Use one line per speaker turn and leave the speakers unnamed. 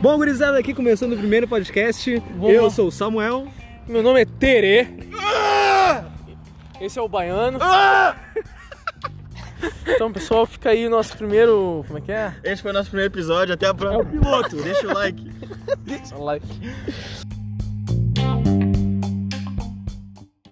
Bom, gurizada, aqui começando o primeiro podcast.
Vamos
Eu
lá.
sou o Samuel.
Meu nome é Terê.
Ah!
Esse é o Baiano. Então, pessoal, fica aí o nosso primeiro. Como é que é?
Esse foi o nosso primeiro episódio. Até a próxima. É o piloto. Deixa o like.
Like.